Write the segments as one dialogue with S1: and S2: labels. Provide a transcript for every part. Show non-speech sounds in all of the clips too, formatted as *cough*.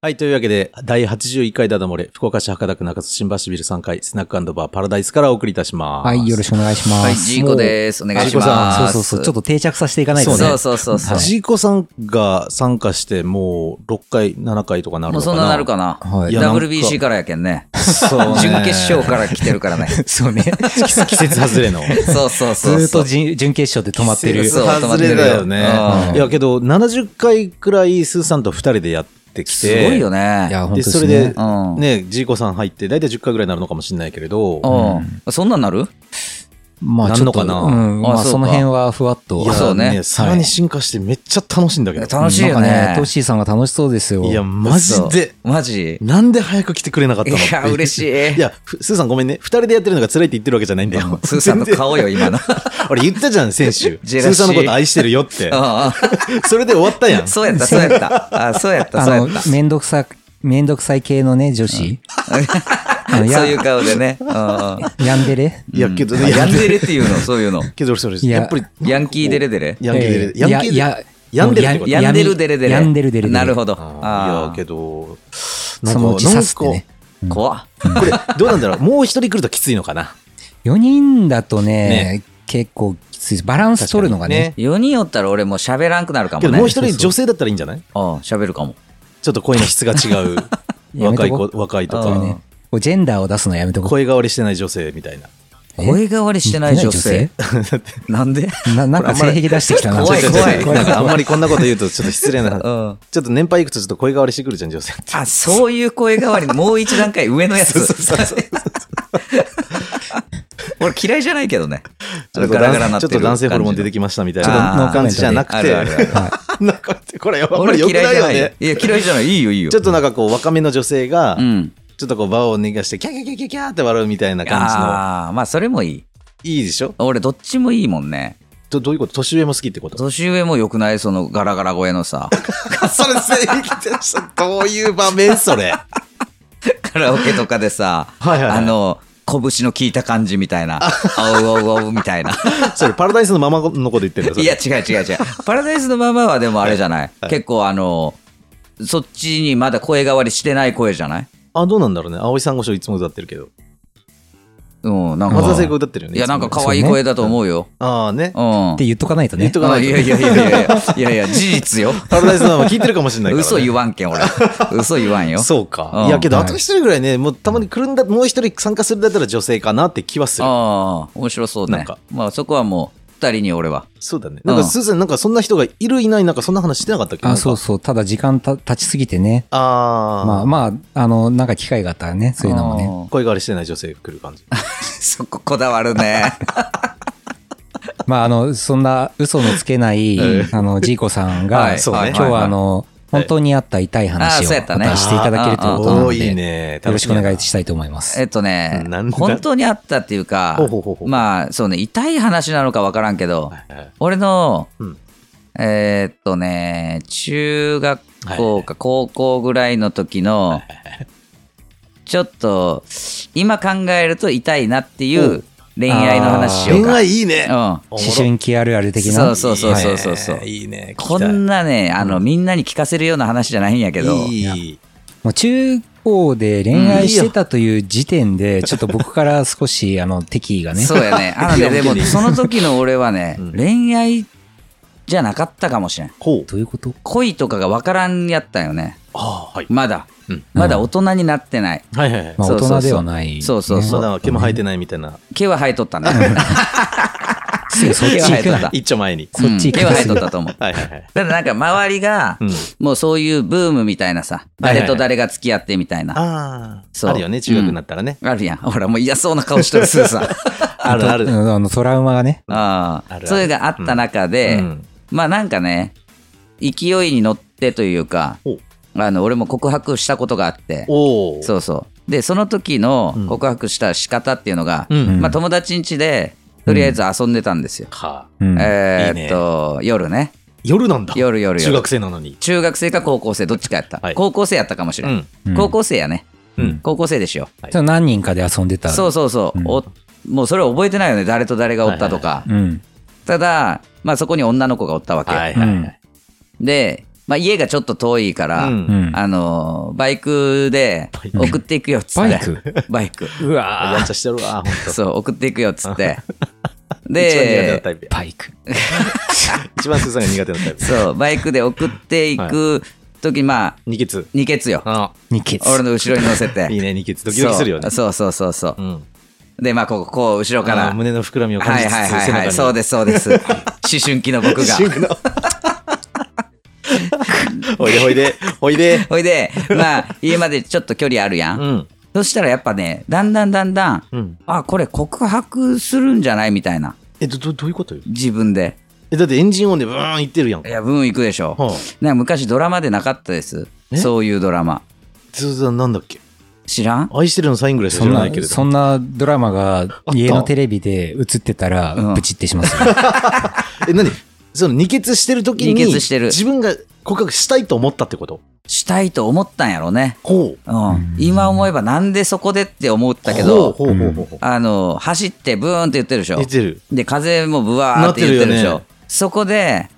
S1: はい、というわけで、第81回ダダ漏れ、福岡市博多区中津新橋ビル3階、スナックバーパラダイスからお送りいたします。
S2: はい、よろしくお願いします。
S3: はい、ジーコです。お願いします。
S2: もうそうそうそう、ちょっと定着させていかないと
S3: そう
S2: ね。
S3: そうそうそうそう。
S1: ジーコさんが参加して、もう6回、7回とかなるの
S3: もう
S1: かな
S3: そんななるかな。
S2: はい
S1: いやなんか
S3: WBC からやけんね。
S1: そうね
S3: 準決勝から来てるからね。
S2: *laughs* そう
S3: *laughs*
S2: ね。
S1: 季季節外れの。
S3: そうそ
S2: ず
S3: うそう
S2: ーっ
S3: そ
S2: と
S3: う。
S2: じん準決勝で止まってる。
S3: そう
S1: 外れだよね
S3: う。ん
S1: いや、けど、70回くらい、スーさんと2人でやってきて。
S3: すごいよ
S2: い
S3: ね。
S2: や、本当
S1: で、
S2: に
S1: それで
S3: う、ん。
S1: ね、ジーコさん入って、だいたい10回ぐらいになるのかもしれないけれど、
S3: うん。そんなんなる
S2: まあ、ちょっ
S1: な
S2: と、
S1: んのかな
S2: うん、ま
S3: あ
S2: あ、
S3: そうか
S2: その辺はふわっと。
S1: いや
S3: そうね
S1: さらに進化してめっちゃ楽しいんだけど。
S3: 楽しい
S2: な
S3: よ
S2: んかトッ
S3: ね。
S2: シーさんが楽しそうですよ。
S1: いや、マジで。
S3: マジ
S1: なんで早く来てくれなかったの
S3: いや
S1: って
S3: 嬉しい
S1: いや、ふスーさんごめんね。二人でやってるのが辛いって言ってるわけじゃないんだよ。
S3: スーさんの顔よ、今の。
S1: *laughs* 俺言ったじゃん、先週。ス
S3: *laughs* ジェラシー
S1: ーさんのこと愛してるよって。
S3: う
S1: それで終わったやん
S3: ん。。そうやった、そうやった。あ、そうやった、
S2: あ
S3: そうや
S2: の
S3: っ、
S2: めんどくさ、めんどくさい系のね、女子。
S3: た。そういう顔でね。うん
S2: ヤンデレ
S1: いや、けど
S3: うん
S1: ね、
S3: ヤ
S1: や
S3: ンデレっていうの、そういうの。
S1: けど俺それ、
S2: いや
S1: やっぱり、
S3: ヤンキーデレデレ
S1: ヤンキーで、
S2: ええ
S1: ヤンキー
S2: いや
S1: で
S2: い、
S1: ヤンデルってこと
S2: いや
S1: い
S3: ヤンデルデレデレ。
S2: ヤンデルデレデレ
S3: なるほど。
S1: や
S3: あ、
S1: けど、なん
S2: そ
S1: か
S2: のうち刺すって
S1: なん
S2: ね
S1: か。
S3: あ、怖っ。
S1: これ、どうなんだろう。もう一人来るときついのかな。
S2: 4人だとね、結構きついです。バランス取るのがね。
S3: 4人おったら俺もう喋らんくなるかも
S1: け
S3: ね。
S1: ど、もう一人女性だったらいいんじゃない
S3: ああ喋るかも。
S1: ちょっと声の質が違
S3: *laughs*
S1: う。
S2: やめ
S1: 若い
S2: とこ
S1: 子、若いと
S3: う
S1: か
S3: ん。
S2: ねこうジェンダーを出すのやめとこ
S1: 声変わりしてない女性みたいな。
S2: え
S3: 声変わりしてない女性。なんで
S2: う。ななんか性癖出してきたな。
S3: 怖い
S2: ちょっと
S3: 怖い
S1: なんかあんまりこんなこと言うとちょっと失礼な。ち
S3: う
S1: ょ
S3: ん。
S1: っと年配いくとちょっと声変わりしてくるじゃん、女性って。
S3: あ、そういう声変わり、もう一段階上のやつ。俺嫌いじゃないけどね。
S1: ちょっと
S3: ガラガラ
S1: 男
S3: なっ
S1: ち
S3: て
S1: ょっ
S3: る
S1: と男性ホルモン出てきましたみたいな
S3: ちょっとノー
S1: あー感じじゃなく
S3: あ
S1: て
S3: るあるある、 *laughs*
S1: なんかこれあんま
S3: 俺
S1: り良く
S3: 嫌い
S1: ない
S3: じゃ
S1: よ
S3: ない。いや
S1: ね、。
S3: 嫌いじゃない。いいよ、いいよ。
S1: ちょっとなんかこう若めの女性が
S3: う、ん。
S1: ちょっとこう場を逃がしてキャキャキャキャキャーって笑うみたいな感じの。
S3: ああ、まあそれもいい。
S1: いいでしょ
S3: 俺どっちもいいもんね。
S1: どどういうこと年上も好きって
S3: *laughs*
S1: こと
S3: 年上も良くないそのガラガラ声のさ。
S1: それ性癖でした。どういう場面それ。
S3: カラオケとかでさ、
S1: はいはいはい
S3: あの、拳の効いた感じみたいな、あおうおうおうみたいな。
S1: それパラダイスのママのこと言ってるんだそれ
S3: いや、違う違う違う。パラダイスのままはでもあれじゃない。
S1: はい
S3: 結構あの、そっちにまだ声変わりしてない声じゃない
S1: あ、どうなんだろうね。葵さんごしょいつも歌ってるけど。
S3: うん、なんか。
S1: 松田聖子歌ってるよね。
S3: いや、なんか
S1: いつもね
S3: 可愛い声だと思うよ。
S1: ああね
S3: う。ん。
S2: って言っとかないと
S1: 言っ
S2: ね
S1: と。かないいと
S3: やいやいやいやいや、いやいや、事
S1: *laughs*
S3: 実よ。
S1: パラダイスのママ聞いてるかもしれないから、ね。
S3: 嘘言わん
S1: *laughs*
S3: けん、俺。嘘言わんよ。
S1: そうか。
S3: うん
S1: いやけど、
S2: はい
S1: あと一人ぐらいね、もうたまに来るんだ、もう一人参加するんだったら女性かなって気はする。
S3: ああ、面白そう
S1: なん
S3: ね
S1: か。
S3: まあそこはもう、二人に俺は。
S1: そうだね。なんか、
S3: うん
S1: スーさん、なんかそんな人がいるいない、なんかそんな話してなかったっけ
S2: あ、そう
S1: う。
S2: そう。ただ時間た経ちすぎてね。
S1: あー、
S2: まあまあ、あの、なんか機会があったらね、そういうのもね。
S3: ああ
S1: 声変わりしてない女性来る感じ。
S3: そここだわ
S1: *laughs*
S3: るね。
S2: まあ、あの、そんな嘘のつけない、あの、ジーコさんが、
S3: はい
S1: そうね
S2: 今日はあの、本当にあった痛い
S3: あ
S2: 話を
S3: そうや
S2: ま
S3: ったね
S2: たしていただけるということな
S1: お
S2: の
S1: ーいい
S2: で、
S1: ね。
S2: よろしくお願い
S1: し
S2: したいと思います
S3: え。っとね
S1: なん、だ
S3: 本当にあったっていうか、
S1: ほうほうほうほう
S3: まあそうね、痛い話なのか分からんけど、
S1: ます。
S3: 俺の、
S1: うん
S3: えーっとね、中学校か高校ぐらいの時の、ちょっと、今考えると痛いなっていう恋愛の話しよう
S1: 恋
S3: か。
S1: 愛いいね。
S3: うん
S1: おもろ
S2: 思春期あるある的な。
S3: そうそうそうそうそうそう
S1: いいねいいね。
S3: こんなね、あの、みんなに聞かせるような話じゃないんやけ
S1: け
S3: ど、
S1: いい。
S2: もう中高で恋愛してたという時点で、ちょっと僕から少し、あの、敵意がね。
S3: そうや
S1: *laughs*
S3: ね。あのね、
S1: いや
S3: で
S1: 本
S3: も
S1: 当に
S3: その時の俺はね、
S1: うん
S3: 恋愛じゃなかったかもしれん。
S1: ほう。
S2: どういうこと
S3: 恋とかが分からんやったんよね。
S1: ああ、はい。
S3: まだ。
S1: うん
S3: まだ大人になってない。
S1: はいはいはい。
S2: まあ、
S3: そ
S2: 大
S3: うそうそう
S2: 人ではない。
S3: そうそうそ
S1: ま
S3: う
S1: だ毛も生えてないみたいな。
S3: 毛は生えとったね。
S2: すぐそっち行く
S3: 毛は生えとっ
S2: な
S3: た。
S1: 一丁前に。
S2: そっち行
S3: うん毛は生えと
S2: くな。
S3: ったと思う。
S1: はいはいはい。
S3: ただなんか周りが
S1: う、ん。
S3: もうそういうブームみたいなさ、
S1: はいはい
S3: 誰と誰が付き合ってみたいな。
S1: あ
S3: そ
S1: あ。
S3: う
S1: あるよね、中学になったらね。
S3: あるやん。ほら、もう嫌そうな顔してる、スーさん。
S1: *laughs* あるある
S2: う。んあの、トラウマがね。
S3: あ
S1: あるあ
S3: あ。
S1: る
S3: それがあった中で、
S1: うん
S3: まあなんかね、勢いに乗ってというか
S1: お、
S3: あの、俺も告白したことがあって、
S1: おお。
S3: そうそう。で、その時の告白した仕方っていうのが、
S1: うん。
S3: まあ友達ん家で、とりあえず遊んでたんですよ。
S1: か。
S2: うん
S3: え
S1: い
S3: ー
S1: い
S3: っと、夜ね。
S1: 夜なんだ。
S3: 夜夜夜
S1: 中学生なのに。
S3: 中学生か高校生、どっちかやった。
S1: はい
S3: 高校生やったかもしれん。
S1: ん。
S2: うん
S3: 高校生やね。
S1: うん。
S3: 高校生でしよ
S1: はい
S2: それ何人かで遊んでた。
S3: う。そうそうそう。
S2: うん
S3: おもうそれ覚えてないよね誰と誰がおったとか、
S2: うん。
S3: ただ、まあ、そこに女の子がおったわけ、
S1: はいはいはい。
S3: で、まあ、家がちょっと遠いから、
S1: うん
S2: うん。
S3: あのバイクで送っていくよっつって
S2: バイク
S3: バ
S1: *laughs*
S3: イク
S2: うわ
S1: やんちゃしてるわ、ほんと。
S3: そう送っていくよっつって
S1: *laughs* 一番苦手な
S3: で
S1: タイプや。
S2: バイク。
S1: 一番スーさんが苦手なタイプ。
S3: そうバイクで送っていく時、まあ
S1: 二血。
S3: 二ケツよ
S1: あ
S2: 二ケツ。
S3: 俺の後ろに乗せて
S1: いいね、二血。ドキドキするよね。
S3: そうそうそうそう
S1: う
S3: そ
S1: ん。
S3: うでまあこここう後ろか
S1: あ
S3: ら
S1: ー胸の膨らみを感
S3: は
S1: じ
S3: い
S1: つつ、
S3: はいはいはい
S1: 背中
S3: そう
S1: に
S3: ですそうです
S1: *laughs*
S3: 思春期の僕が
S1: シンクの。 *laughs* おいでおいで、おいで。
S3: ほいでまあ家までちょっと距離あるや、
S1: うんん。
S3: そしたらやっぱねだんだんだんだん
S1: うん。
S3: あこれ告白するんじゃないみたいな
S1: え、ど、どどういうことよ
S3: 自分で
S1: え、だってエンジンオンでブーンいってるやん
S3: い
S1: か。
S3: やブーン行くでしょ、
S1: はあ
S3: なんか昔ドラマでなかったです
S1: え
S3: そういうドラマ
S1: スーさんなんだっけ
S3: 知らん
S1: 愛してるのサインぐらいしか
S2: そ
S1: 知
S2: ん
S1: らないけ
S2: な、
S1: れ
S2: そ
S1: ど。
S2: んなドラマが家のテレビで映ってた
S3: うん
S2: ら、ブチってしますよ。
S1: *laughs* え、何その二血してる時に、
S3: 二血してる
S1: 自分が告白したいと思ったってこと
S3: したいと思ったんやろね、
S1: ほう。
S3: うん
S2: うん
S3: 今思えばなんでそこでって思ったけど
S1: ほうほうほうほう。
S3: あの走ってブーンって言ってるでしょ
S1: 出てる。
S3: で風もブワーって言ってるでし
S1: なってる
S3: ょ
S1: よね
S3: そこで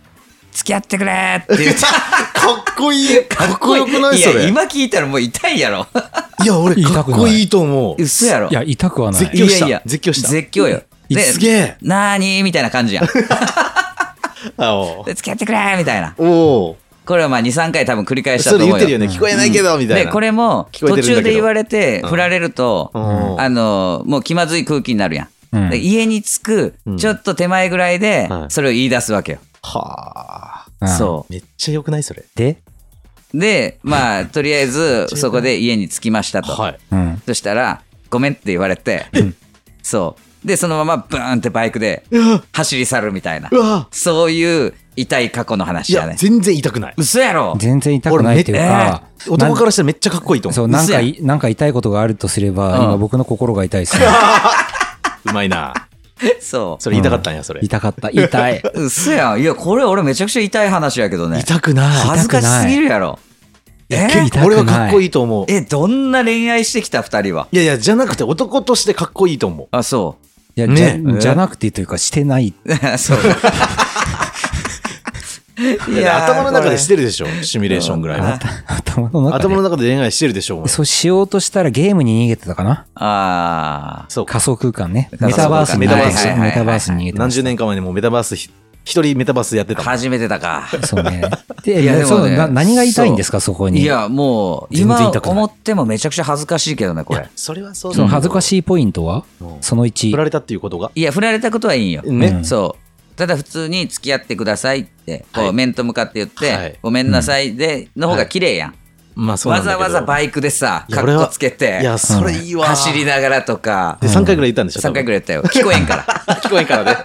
S3: 付き合ってくれって言って
S1: かっこいい。かっこよくないそ
S3: や
S1: れ。
S3: 今聞いたらもう痛い
S1: *laughs*
S3: やろ
S1: いや、俺、
S2: 言い
S1: か
S2: た
S1: っ
S2: くない
S1: こいいと思う。
S3: 嘘やろ
S2: いや、痛くはな
S1: 絶
S2: い。
S1: 叫した
S3: いやいや
S1: 絶叫した
S3: 絶叫よ
S1: すげえ
S3: なーにーみたいな感
S1: *laughs*
S3: じやん
S1: あお
S3: で付き合ってくれーみたいな
S1: うおう
S3: これはまあ23回多分繰り返したと
S1: それ
S3: 思う
S1: 言
S3: よ
S1: ってるよね。聞こえないけど、みたい
S3: で
S1: な。
S3: これも
S1: 聞こえてるん
S3: 途
S1: だけど
S3: 中で言われて振られると、
S1: うん
S3: あのもう気まずい空気になるやん、
S2: うん
S3: で家に着く
S1: うん
S3: ちょっと手前ぐらいで
S1: はい
S3: それを言い出すわけよ、
S1: はあ。
S2: うん
S3: そ
S1: めっちゃ良くないそれ。
S2: で、
S3: うでまあとりあえ
S1: *laughs*
S3: ずそこで家に着きましたと、
S1: はい。
S2: うん。
S3: そしたら「ごめん」って言われて、そうでそのままブーンってバイクで
S1: う
S3: 走り去るみたいな
S1: わ
S3: そういう痛い過去の
S1: い
S3: 話だ
S1: や、
S3: ね
S1: 全然痛くない。
S3: 嘘やろ
S2: 全然痛くないっていうか、
S1: 男からしたらめっちゃかっこいいと思。
S2: そうう、なん
S3: 嘘
S2: か
S3: や
S2: い、なんか痛いことがあるとすれば、
S3: うん
S2: 今僕の心が痛いですね。
S1: うまいな。
S3: そ
S1: それ言いたかったんや、それ。
S2: 痛かった。痛い。
S3: う嘘やんいやこれ俺めちゃくちゃ痛い話やけどね
S1: 痛くない。
S3: 恥ずかしすぎるやろえ
S2: 痛くない
S1: 俺はかっこいいと思う。
S3: えどんな恋愛してきた2人はい
S1: やいや、じゃなくて男としてかっこいいと思う。
S3: あそ
S2: いや、
S1: ね
S2: じゃ
S1: え
S2: じゃなくてというか、してない。
S3: う *laughs* そう
S1: *laughs* いや頭の中でしててるでしょ、シミュレーションぐらいは。
S2: 頭の中で。
S1: 頭の中で恋愛してるでしょ、お前
S2: そうしようとしたらゲームに逃げてたかな
S3: あ
S1: そうか。
S2: 仮想空間ね。
S3: 仮
S2: メ
S3: 想
S2: タバースに
S1: メタバース
S2: はいはいはいメタバースに逃げて
S1: 何
S2: まし
S1: 十年か前にもうメタバースひ、一人メタバースやって
S3: あ
S1: たもん。
S3: 初めてだか
S2: た。そうね。
S3: いや
S2: で、
S3: でもね
S2: そうな何が痛いんですか、そこに。
S3: *laughs* いやもう
S1: 全然
S3: 今
S1: 痛くない
S3: 思ってもめちゃくちゃ恥ずかしいけどねこれ
S1: それはそう
S2: その恥ずか
S1: い。
S2: しいポイントは
S1: うん
S2: その1
S1: 振ら。れたっていうことが。
S3: いや振られたことはいいんよ、
S1: ね。
S2: うん
S3: そうただ普通に付き合ってくださいってこう、
S1: はい
S3: 面と向かって言って、
S1: はい
S3: ごめんなさいでの方が綺麗やん、
S1: まあそうな
S3: わ
S1: んだ
S3: ざ
S1: けど
S3: わざバイクでさ
S1: いや
S3: カ
S1: 俺
S3: ッ
S1: は
S3: コつけて
S1: いや、それいいわ。
S3: 走りながらとか
S1: で、3回ぐらい言ったんでしょ
S3: 3回ぐ
S1: らい。
S3: らいやったよ聞こえんから
S1: *laughs* 聞こえんからね。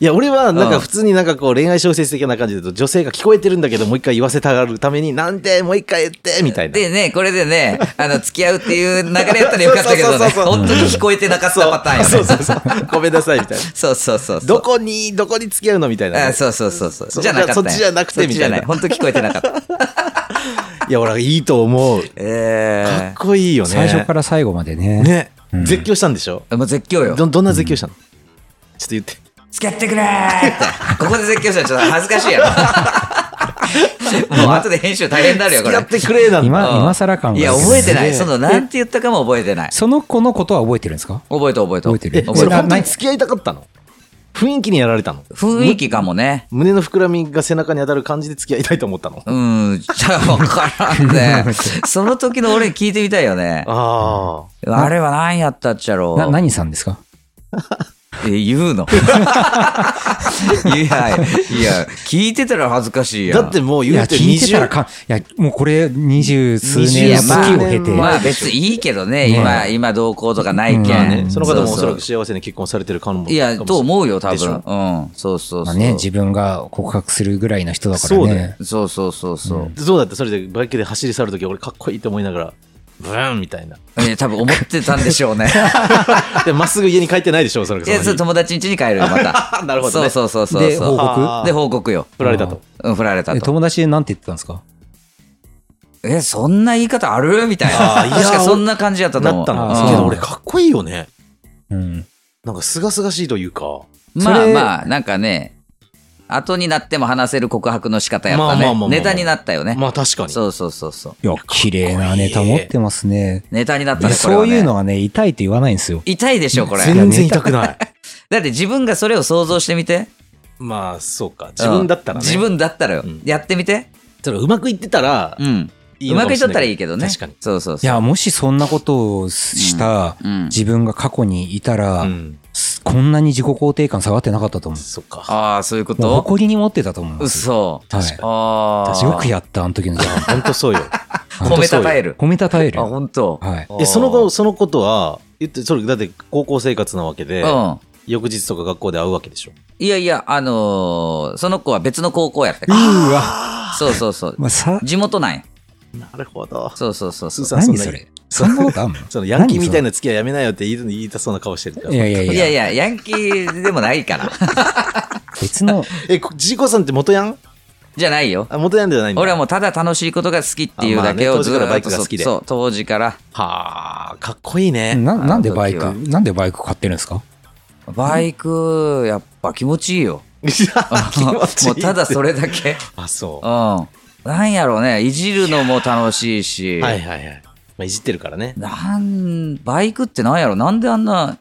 S1: いや、俺は、なん
S3: う
S1: か
S3: ん
S1: 普通になんかこう恋愛小説的な感じだと、女性が聞こえてるんだけど、もう一回言わせたがるために、なんでもう一回言って、みたいな。
S3: *laughs* でね、これでね、あの、付き合うっていう流れやったらよかったけど
S1: そうそう
S3: ね、
S1: そうそう
S3: 本当に聞こえてなかったパターンよね。
S1: そうそうそう。ごめんなさい、みたいな。
S3: そうそうそうそう。
S1: どこに、どこに付き合うのみたいな
S3: あ
S1: ね。
S3: そうそうそうそう。
S1: そ
S3: じゃなかったん
S1: そ
S3: や
S1: っちじゃなくて
S3: そっちじゃ
S1: みたいな
S3: 本当聞こえてなかった。
S1: *laughs* いや、俺はいいと思う。かっ
S3: え
S1: こいいよね。
S2: 最初から最後までね。
S1: ね。
S2: うん
S1: 絶叫したんでしょ
S3: ー、もう絶叫よ。
S1: ど、どんな絶叫したのちょっと言って。
S3: 付き合ってくれーって。ここで絶叫したらちょっと恥ずかしいや
S1: *laughs*
S3: ろ。もう後で編集大変になるよ、こ
S1: 付き
S3: れ
S1: 合っ。てくれなんだ。
S2: 今、
S3: うん
S2: 今更感が。
S3: いや、覚えてな
S1: す
S3: い。
S1: げえ
S3: その、なんて言ったかも覚えてない。
S2: その子のことは覚えてるんですか
S3: 覚えて覚えて
S2: 覚えてる
S1: え、
S2: 覚
S1: それ
S2: た
S1: 本当に付き合いたかったの雰囲気にやられたの
S3: 雰囲気かもね。
S1: 胸の膨らみが背中に当たる感じで付き合いたいと思ったの
S3: うん、じゃあ分からん
S1: *laughs*
S3: ね。その時の俺に聞いてみたいよね。
S1: あ
S3: あれは何やったっちゃろう。
S2: な、何さんですか
S3: え言うの *laughs* いや、いや、聞いてたら恥ずかしい
S1: あ。
S3: やん。
S1: だってもう
S2: い
S1: 言
S2: や、
S1: うて
S2: 聞いてたら
S1: 20
S2: か、いや、もうこれ二十数
S3: い
S2: 年
S3: や
S2: の
S3: まあ
S2: 時を経て。
S3: まあ別にいいけどね、
S2: ね
S3: 今、今同行とかないけん。
S2: まあ
S1: ね、その方もおそら
S3: う
S1: く
S3: そ
S1: 幸せに結婚されてるかも
S3: ういや、と思うよ、多
S1: でし
S3: 分。
S1: ょ
S3: うん、そうそう
S2: ま
S3: そ
S2: あ
S3: う。
S2: ね、自分が告白するぐらいの人だから
S1: そうだよ
S2: ね。
S3: そうそうそうそう。
S1: どうだってそれでバイクで走り去るとき俺かっこいいと思いながらブーンみたいな
S3: え多分思ってたんでしょ
S1: *laughs*
S3: うね。
S1: でまっすぐ家に帰ってないでしょそれ
S3: いや、そう友達ん家に帰るよ、また。
S1: *laughs* なるほどね
S3: そうそうそうそう
S2: で、報
S3: そ
S1: あ
S3: う。
S2: 告
S1: ー
S3: で、報告よ。
S1: 振られたと
S3: うん、振られた
S2: え
S3: と。
S2: 友達でなんて言ってたんですか
S3: え、そんな言い方あるみたい
S1: あーい
S3: な。
S1: や
S3: 確かそんな感じやったと思
S1: な
S3: う。
S1: った
S2: あ
S1: の
S2: ー
S1: けど俺かっこいいよね
S2: うん。
S1: なんか清々しいというか。
S2: そ
S3: まあ
S2: れ
S3: まあ、なんかね、後になっても話せる告白の仕方やっ
S1: まあま
S3: た
S1: あまあま
S3: ね。
S1: あ
S3: ネタになったよね。
S1: まあ確かに。
S3: そうそうそうそう。
S2: いや、綺麗なネタ持ってますね。
S3: ネタになった
S2: で、
S3: ね、これ
S2: そ
S3: は
S2: う
S3: ね。
S2: いうのはね、痛いって言わないんですよ。
S3: 痛いでしょ、これ。
S1: 全然痛く *laughs* ない。
S3: だって自分がそれを想像してみて。
S1: まあそうか。自分だったらね。
S3: うん自分だったらよ
S1: うん。
S3: やってみて。
S1: それうまくいってたら
S3: う、ん。
S1: いいうの
S3: ま
S1: か
S3: く
S1: も
S3: いっ
S1: し
S3: と
S1: れ
S3: っ
S1: な
S3: たらいいけどね。
S1: 確かに。
S3: そうそう
S2: い
S3: そう。
S2: や、もしそんなことをした
S3: うん。
S2: 自分が過去にいたら
S1: う、ん。
S2: こんなに自己肯定感下がってなかったと思う。
S1: そっか。
S3: ああ、そういうこ
S2: もう
S3: と
S2: 誇りに持ってたと思うんですよ。
S3: 嘘。
S2: 確か
S3: ああ。
S2: よくやった、あの時の自分。
S1: ほんとそう *laughs* よ。
S3: 褒めたたえる。
S2: 褒めたたえる
S3: あ、。本当。
S2: はい。
S1: え、その後、そのことは、言って、それ、だって高校生活なわけで、
S3: うん。
S1: 翌日とか学校で会うわけでしょ。
S3: いやいや、あのーその子は別の高校やったから
S2: うわ。
S3: そうそうそう。
S2: まあ、さ、
S3: 地元なんや。
S1: なるほど。
S3: そうそうそうそう。
S1: さん
S2: 何
S1: な
S2: それそんなことあんの
S1: そのヤンキーみたいな
S2: な。
S1: 付き合いやめなよって言い言いたそうな顔してるから
S2: いやいやい
S3: い
S2: や、
S3: やいや、ヤンキーでもないから。 *laughs*
S2: 別の、
S1: え、こジーコさんって元ヤン
S3: じゃないよ。
S1: あ、元ヤンではないんだ。
S3: 俺はもうただ楽しいことが好きっていうだけ
S1: あまあ
S3: を
S1: ね
S3: ず
S1: 当時
S3: ーっ
S1: からバイク
S3: と
S1: が
S3: そう
S1: 好きで
S3: そう、当時から。
S1: はあ、かっこいいね。
S2: ななんで
S3: あの時は
S2: バイク、なんでバイク買ってるんですか
S3: バイク、やっぱ気持ちい
S1: *laughs*
S3: いよ。
S1: いや気持ちいい
S3: もうただそれ
S1: *laughs*
S3: だけ。
S1: あ、そうう。
S3: ん。なんやろうね、いじるのも楽しいし。
S1: はいはいはい。まあ、いじってるからね。
S3: なん、バイクってなんやろなんであんな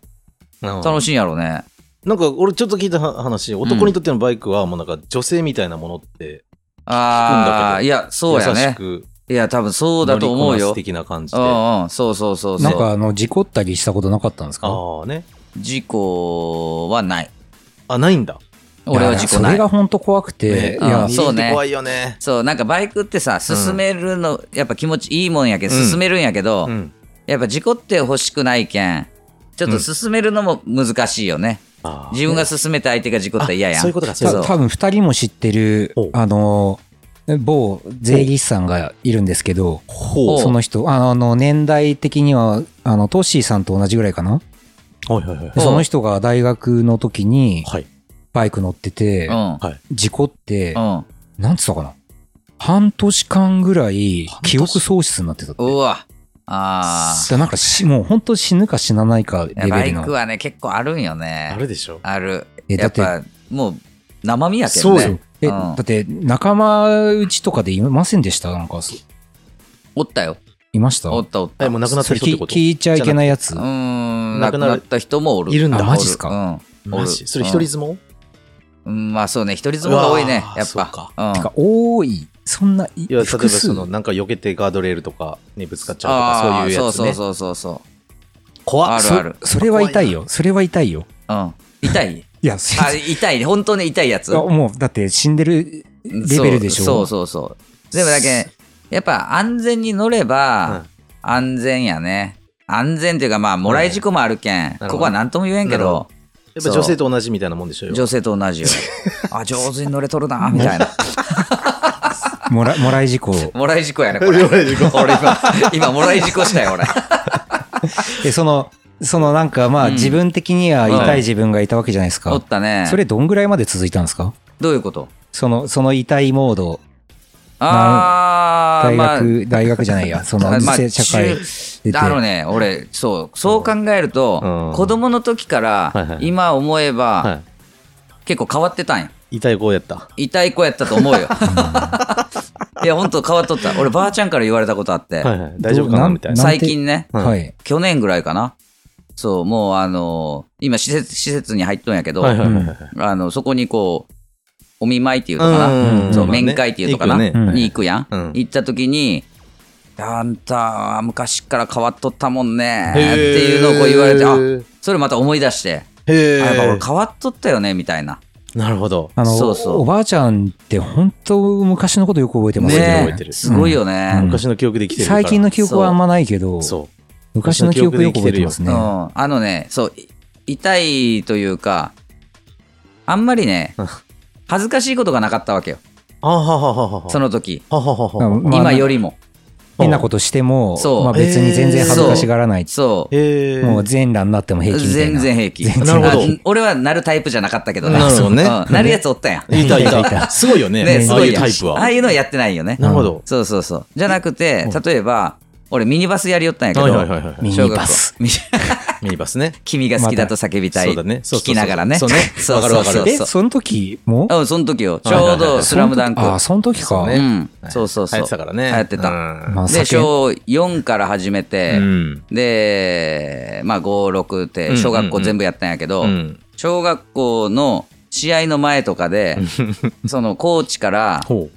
S1: 楽
S3: 楽
S1: し
S3: しいんやろうね。
S1: い。なんか、俺ちょっと聞いた話、男にとってのバイクは、もうなんか女性みたいなものって、
S3: ああ、いや、そうや
S1: 優し
S3: ね。
S1: く、
S3: いや、多分そうだと思うよ。
S1: 的な感じ
S3: う
S1: で。あ
S3: んうん、そうそうそう
S2: なん
S3: そ
S2: かあの、事故ったりしたことなかったんです
S1: あ
S2: か
S1: ーね。
S3: う。事故はない。
S1: あ、ないんだ。
S3: 俺は事故
S2: いやそ
S3: な
S2: れ
S3: い。
S2: が本当怖く
S1: ね
S2: て、い
S3: あ
S2: や
S3: ー、そうね
S1: 怖いよね。
S3: そう、なんかバイクってさ、進めるの、やっぱ気持ちいいもんやけん、
S1: うん
S3: 進めるんやけど、
S1: ん。
S3: やっぱ事故って欲しくないけん、ちょっと進めるのも難しいよね。
S1: あー
S3: 自分が進めて相手が事故ったら嫌や
S1: あ
S3: ん。
S1: そういうことか、そういう
S3: そ
S1: こ
S2: た
S3: う
S2: 多分二人も知ってる
S1: お、
S2: あの、某税理士さんがいるんですけど、
S1: とほ
S3: お
S2: その人、あのあの、年代的には、あの、トッシーさんと同じぐらいかな
S1: う。はいはいはい
S2: でその人が大学の時に
S1: はい。
S2: バイク乗ってて
S3: う、ん。うん。
S2: 事故って、なんつったかな半年間ぐらい
S1: 半年
S2: 記憶喪失になってたって。
S3: うわ。あ
S2: だからなんかし、もう本当死ぬか死なないかレ
S3: あ。バ
S2: ベル
S3: イク
S2: の。
S3: はね、結構あるんよ
S1: あ
S3: ね。
S1: れでしょ。
S3: ある。
S2: え
S3: や
S2: だ
S3: っ
S2: って
S3: ぱ、もう、生身やけど
S1: そう
S3: ね
S1: よ。
S2: え、
S3: う
S2: だ
S3: ん
S2: って仲間内とかでいませんでしたなんか、そ
S3: おったよ。
S2: いました
S3: おったおった。
S1: え、
S3: う
S1: もう亡くなった
S2: それ
S1: 人って
S2: 聞
S1: こと
S2: 聞いちゃいけないやつ
S3: ーん、亡
S1: 亡
S3: く
S1: くなる
S3: なった人もおる。
S1: いるんだ
S3: お
S2: あマジっすか
S3: うん。お
S1: マ
S3: る
S1: ジそれ一人相撲
S3: うんうん、まあそうね、一人相撲が多いね
S1: うわ、ー
S3: やっ
S1: そう
S3: ぱ
S1: か。
S3: うん
S2: てか、多い。そんな、い
S1: いや、例えば
S2: 複数
S1: その、なんか避けてガードレールとかにぶつかっちゃ
S3: あ
S1: うとか、そう
S3: ー
S1: いうやつ
S3: そう
S1: ね。
S3: そうそうそう
S1: 怖
S3: あ
S1: っ
S3: るある
S2: そそれは痛いよ。それは痛いよ。
S3: そう。うん。痛 *laughs* い
S2: いや、そ
S3: あ、痛い。本当に痛いやつ。
S2: あもう、だって死んでるレベルでしょ。
S3: そうそうそうそう。でもだけ、やっぱ安全に乗れば、安全やね。安全っていうか、まあ、もらい事故もあるけん、
S1: ほど
S3: ここは何とも言えんけ
S1: なるほ
S3: ど、
S1: やっぱ女性と同じみたいなもんでしょうよ。
S3: 女性と同じよ。あ、上手に乗れとるな、みたいな。
S2: もらも *laughs* らい事故。
S3: もらい事故やね、これ。俺今、今、もらい事故したよ、俺。
S2: で、その、そのなんかまあ
S3: うん
S2: 自分的には痛い自分がいたわけじゃないですか。
S3: おったね。
S2: それどんぐらいまで続いたんですか
S3: どういうこと
S2: その、その痛いモード、
S3: ああ、
S2: 大
S3: まあ、
S2: 学、大学じゃない
S3: *laughs*
S2: や、その、
S3: まあ
S2: せ社会
S3: 中
S2: 出て。
S3: あのね、俺、そう、そう考えると、
S1: うん
S3: 子供の時から、
S1: はいはい
S3: 今思えば、
S1: は
S3: 結構変わってたんや。
S1: い。痛い子やった。
S3: 痛い子やったと
S1: *laughs*
S3: 思うよ。いや、ほんと変わっとった。俺、ばあちゃんから言われたことあって、
S1: はいはい。大丈夫か
S2: どうな
S1: なんみたいな。
S3: 最近ね、
S1: うん
S2: はい。
S3: 去年ぐらいかな。そう、もう、あのー今施設、施設に入っとんやけど、
S1: はいはいはい。
S3: あの、そこにこう、お見舞いっていうのかな。
S2: ん
S3: そう、
S2: ま
S3: 面会っていうのかな。
S1: ね
S2: うん
S3: に行くやん。
S1: うん
S3: 行った時に、あんた、昔から変わっとったもんね。っ
S1: へー
S3: ていうのをこう言われて、あ、それまた思い出して、
S1: へ
S3: あやっぱ
S1: え
S3: 俺。変わっとったよね、みたいな。
S1: なるほど。
S2: あの
S3: そうそう
S2: おばあちゃんって本当昔のことよく覚えてますよ
S1: ね
S2: ね
S1: 覚えてる
S3: すごいよね。
S2: うん
S1: 昔の記憶で生きてるから。
S2: 最近の記憶はあんまないけど、
S1: そ
S2: 昔の記憶よく覚えてますね。
S3: うん、あのね、そう、い痛いというか、あんまりね
S1: うん、
S3: 恥ずかしいことがなかったわけよ、
S1: う。あははははは。
S3: その時
S1: ははははは。
S2: まあ
S3: 今よりも。
S2: 変なことしても
S3: そう、
S2: まあ、別に全然恥ずかしがらない。
S3: そ
S1: へえ。
S2: もう全裸になっても
S3: う、
S2: 平気みたい
S3: 全
S2: な。
S3: 然平気。
S1: 然なるほど
S3: あ俺はなるタイプじゃなかったけどね。
S1: なるほどね
S3: うんなるやつおったやん。
S1: い
S3: *laughs*
S1: たいた。すごいよね。
S3: ね、す
S1: ああ
S3: ご
S1: い
S3: いうやん
S1: タイプ
S3: ああ
S1: は。
S3: いうのやってないよね。
S1: なるほど。
S3: そうそうそう。じゃなくて
S2: う、ん
S3: 例えば、俺ミニバスやりよったんやけ
S1: はいはい
S3: ど、
S1: はいはい。
S2: ミ
S3: 小
S2: ニ
S3: 学
S2: バ
S3: 校
S2: ス。。
S3: ミニ
S1: ミニバスね。
S3: *laughs* 君が好きだと叫びたい。
S1: そうだねそうそう
S3: 聞
S1: そう
S3: きながらね。
S1: そうね
S3: そう
S1: わかるわかる
S3: そう
S2: え、
S3: そうそ
S2: その時も
S3: ううん、その時よ。ち
S1: はいは
S3: ょ
S1: いうはい
S3: ど、スラムダンク。
S2: あ、その時か。
S1: そう
S3: う
S1: ね
S3: ん。そうそうそ
S1: 流
S3: う。
S1: 行ってたからね。
S3: 流行ってた。
S1: うん
S2: まあ
S3: で、
S2: 酒
S3: 小4から始めて、
S1: うん
S3: で、まあ、5、6っ
S1: うん
S3: て、小学校全部やったんやけど、
S1: うん。
S3: 小学校の試合の前と
S1: *laughs*
S3: かで、そのコーチから、
S1: ほ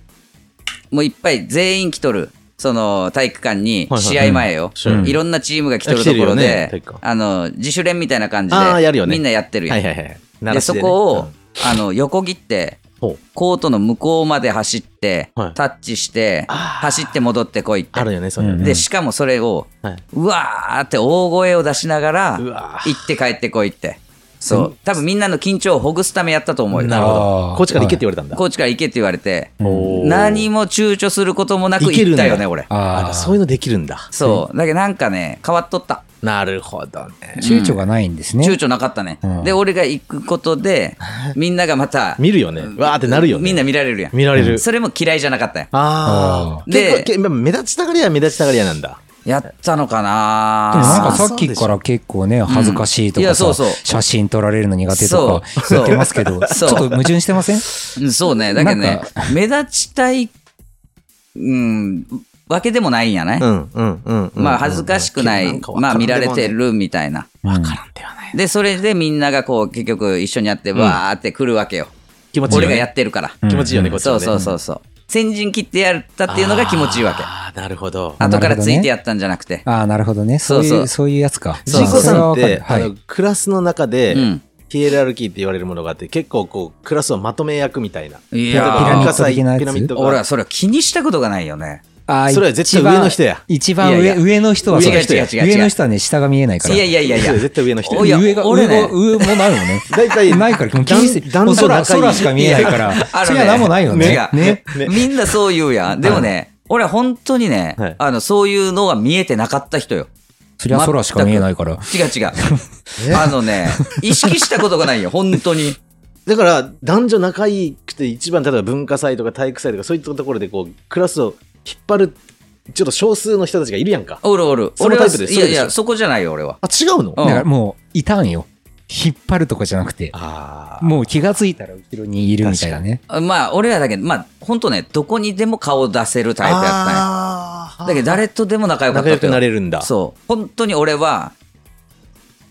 S3: もういっぱい全員来とる。その体育館に
S1: はいはい
S3: 試合前よ、
S1: 試合前
S3: いろんなチームが来とる
S1: 来
S3: と
S1: てる
S3: こ
S1: よ
S3: ろ
S1: ね
S3: で、
S1: 体育館
S3: あの自主練みたいな感じ
S1: あー
S3: で、
S1: やるよね
S3: みんなやってる
S1: う。
S3: や
S1: は
S3: ん、
S1: いはいはい。鳴
S3: で
S1: らし
S3: そ
S1: ね
S3: こを、
S1: うん
S3: あの横切って
S1: ほう。
S3: コートの向こうまで走って、
S1: はい
S3: タッチして
S1: あー
S3: 走って戻ってこいって
S1: あるよね、そういうのね。
S3: でしかもそれを
S1: はいう
S3: わーって大声を出しながら
S1: うわー
S3: 行って帰ってこいってそう多分みんなの緊張をほぐすためやったと思うよ
S1: なるほ
S2: あ
S1: ど。
S2: ー
S1: こっちから行けって言われたんだ
S3: コ。ーチから行けって言われて
S1: おー
S3: 何も躊躇することもなく
S1: いける
S3: 行
S1: ん
S3: っ
S1: だ
S3: たよね俺
S1: あ
S2: あ
S1: ら
S2: あ、
S1: そういうのできるんだ。
S3: そうだけどなんかね変わっとった
S1: なるほどね。
S2: 躊躇がないんですね。
S3: 躊躇なかったね、
S2: うん
S3: で俺が行くこ
S1: *laughs*
S3: とでみんながまた
S1: 見るよね。わーってなるよね。
S3: みんな見られるやん
S1: 見られる。
S3: それも嫌いじゃなかったよ
S1: ああ。
S3: で
S1: で、結構目立ちたがりや目立ちたがりやなんだ。
S3: やったのか
S2: でもなん
S3: な
S2: かさっきから結構ね、恥ずかしいと
S3: い
S2: か
S3: やそうそ
S2: さ
S3: う、
S2: 写真撮られるの苦手とか
S3: そうそう
S2: 言ってますけど、ち
S3: そ
S2: ょ
S3: う
S2: っと矛盾してません
S3: うんそうねだけど
S2: なん
S3: ね目立ちたいうんわけでもないんやね、
S1: うんうんうん。
S3: まあ恥ずかしくない、
S1: んかわ
S3: ま
S1: か
S3: あ
S1: ん
S3: 見
S1: でも
S3: ら
S1: ね
S3: れてるみたいな
S2: うん
S1: なんではない。
S3: でそれでみんながこう結局一緒にやってわーって来るわけよ、
S1: 気持ちいい
S3: 俺
S1: よ
S3: がや
S1: ね。
S3: ってるから、
S2: うん
S1: 気持ちいいよね、こっち
S3: そ
S1: も
S3: う
S1: ね
S3: そうそうそう先陣切ってやったっていうのが気持ちいいわけ
S1: ああ、なるほど。
S3: 後からついてやったんじゃなくて、
S2: ああ、なるほどね。そう
S3: そう
S2: い、
S3: そうう
S2: そういうやつか。
S1: ジコ
S2: それ
S1: さん
S2: は
S1: っ
S2: わか
S1: て
S2: る、は
S1: あの
S2: い。
S1: クラスの中で、
S3: うん
S1: ヒエラルキーって言われるものがあって、結構こう、クラスをまとめ役みたいな。
S3: い
S1: 例え
S3: や
S1: ば
S3: ー
S1: 文化祭
S2: ピラミ
S1: ピ
S2: ッド的なやつ
S1: ラミッドが
S3: 俺はそれは気にしたことがないよね
S2: ああ
S1: それは絶対上の人や
S2: 一番
S3: い
S2: 上
S3: やいや
S2: 上の人はそう
S3: 上の人や違う違う違う
S2: 上の人はね、下が見えないか
S3: い
S2: ら。
S3: やいやいやいや
S1: 絶対上の人。
S3: おいや
S2: 上が、
S3: 俺ね
S2: 上も上もないもんね
S1: 大体、
S2: ないから、気にして、
S1: だんだん
S2: もう
S1: 仲い
S2: 空
S1: い
S2: 空しか見えないから、
S3: あ
S2: そ
S3: る
S2: れは何もないよね。
S3: 違う
S2: ね。
S1: ね
S3: みんなそう言うやんでもね、俺は本当にね、
S1: はい
S3: あのそういうのは見えてなかった人よ
S2: そりゃ空しか見えないから。
S3: 違う違うあのね意識したことがないよ本当に
S1: だから、男女仲良くて一番、例えば文化祭とか体育祭とかそういったところで、こう、クラスを引っ張る、ちょっと少数の人たちがいるやんか。
S3: おるおる
S1: その
S3: 俺は
S1: タイプです
S3: いや
S1: そうで
S3: い
S1: しょ
S3: やそこじゃないよ俺は
S1: あ、違うの
S3: う
S2: だ
S3: ん
S2: からもう、いたんよ。引っ張るとかじゃなくて、
S1: ああ。
S2: もう気がついたら後ろにいるみたいなね。
S3: まあ俺らだけどまあ本当ねどこにでも顔を出せるタイプやったんや
S1: あー
S3: だけど誰とでも仲良かっ
S1: 仲
S3: た
S1: 良
S3: 人
S1: く
S3: よ
S1: なれるんだ。
S3: そう本当に俺は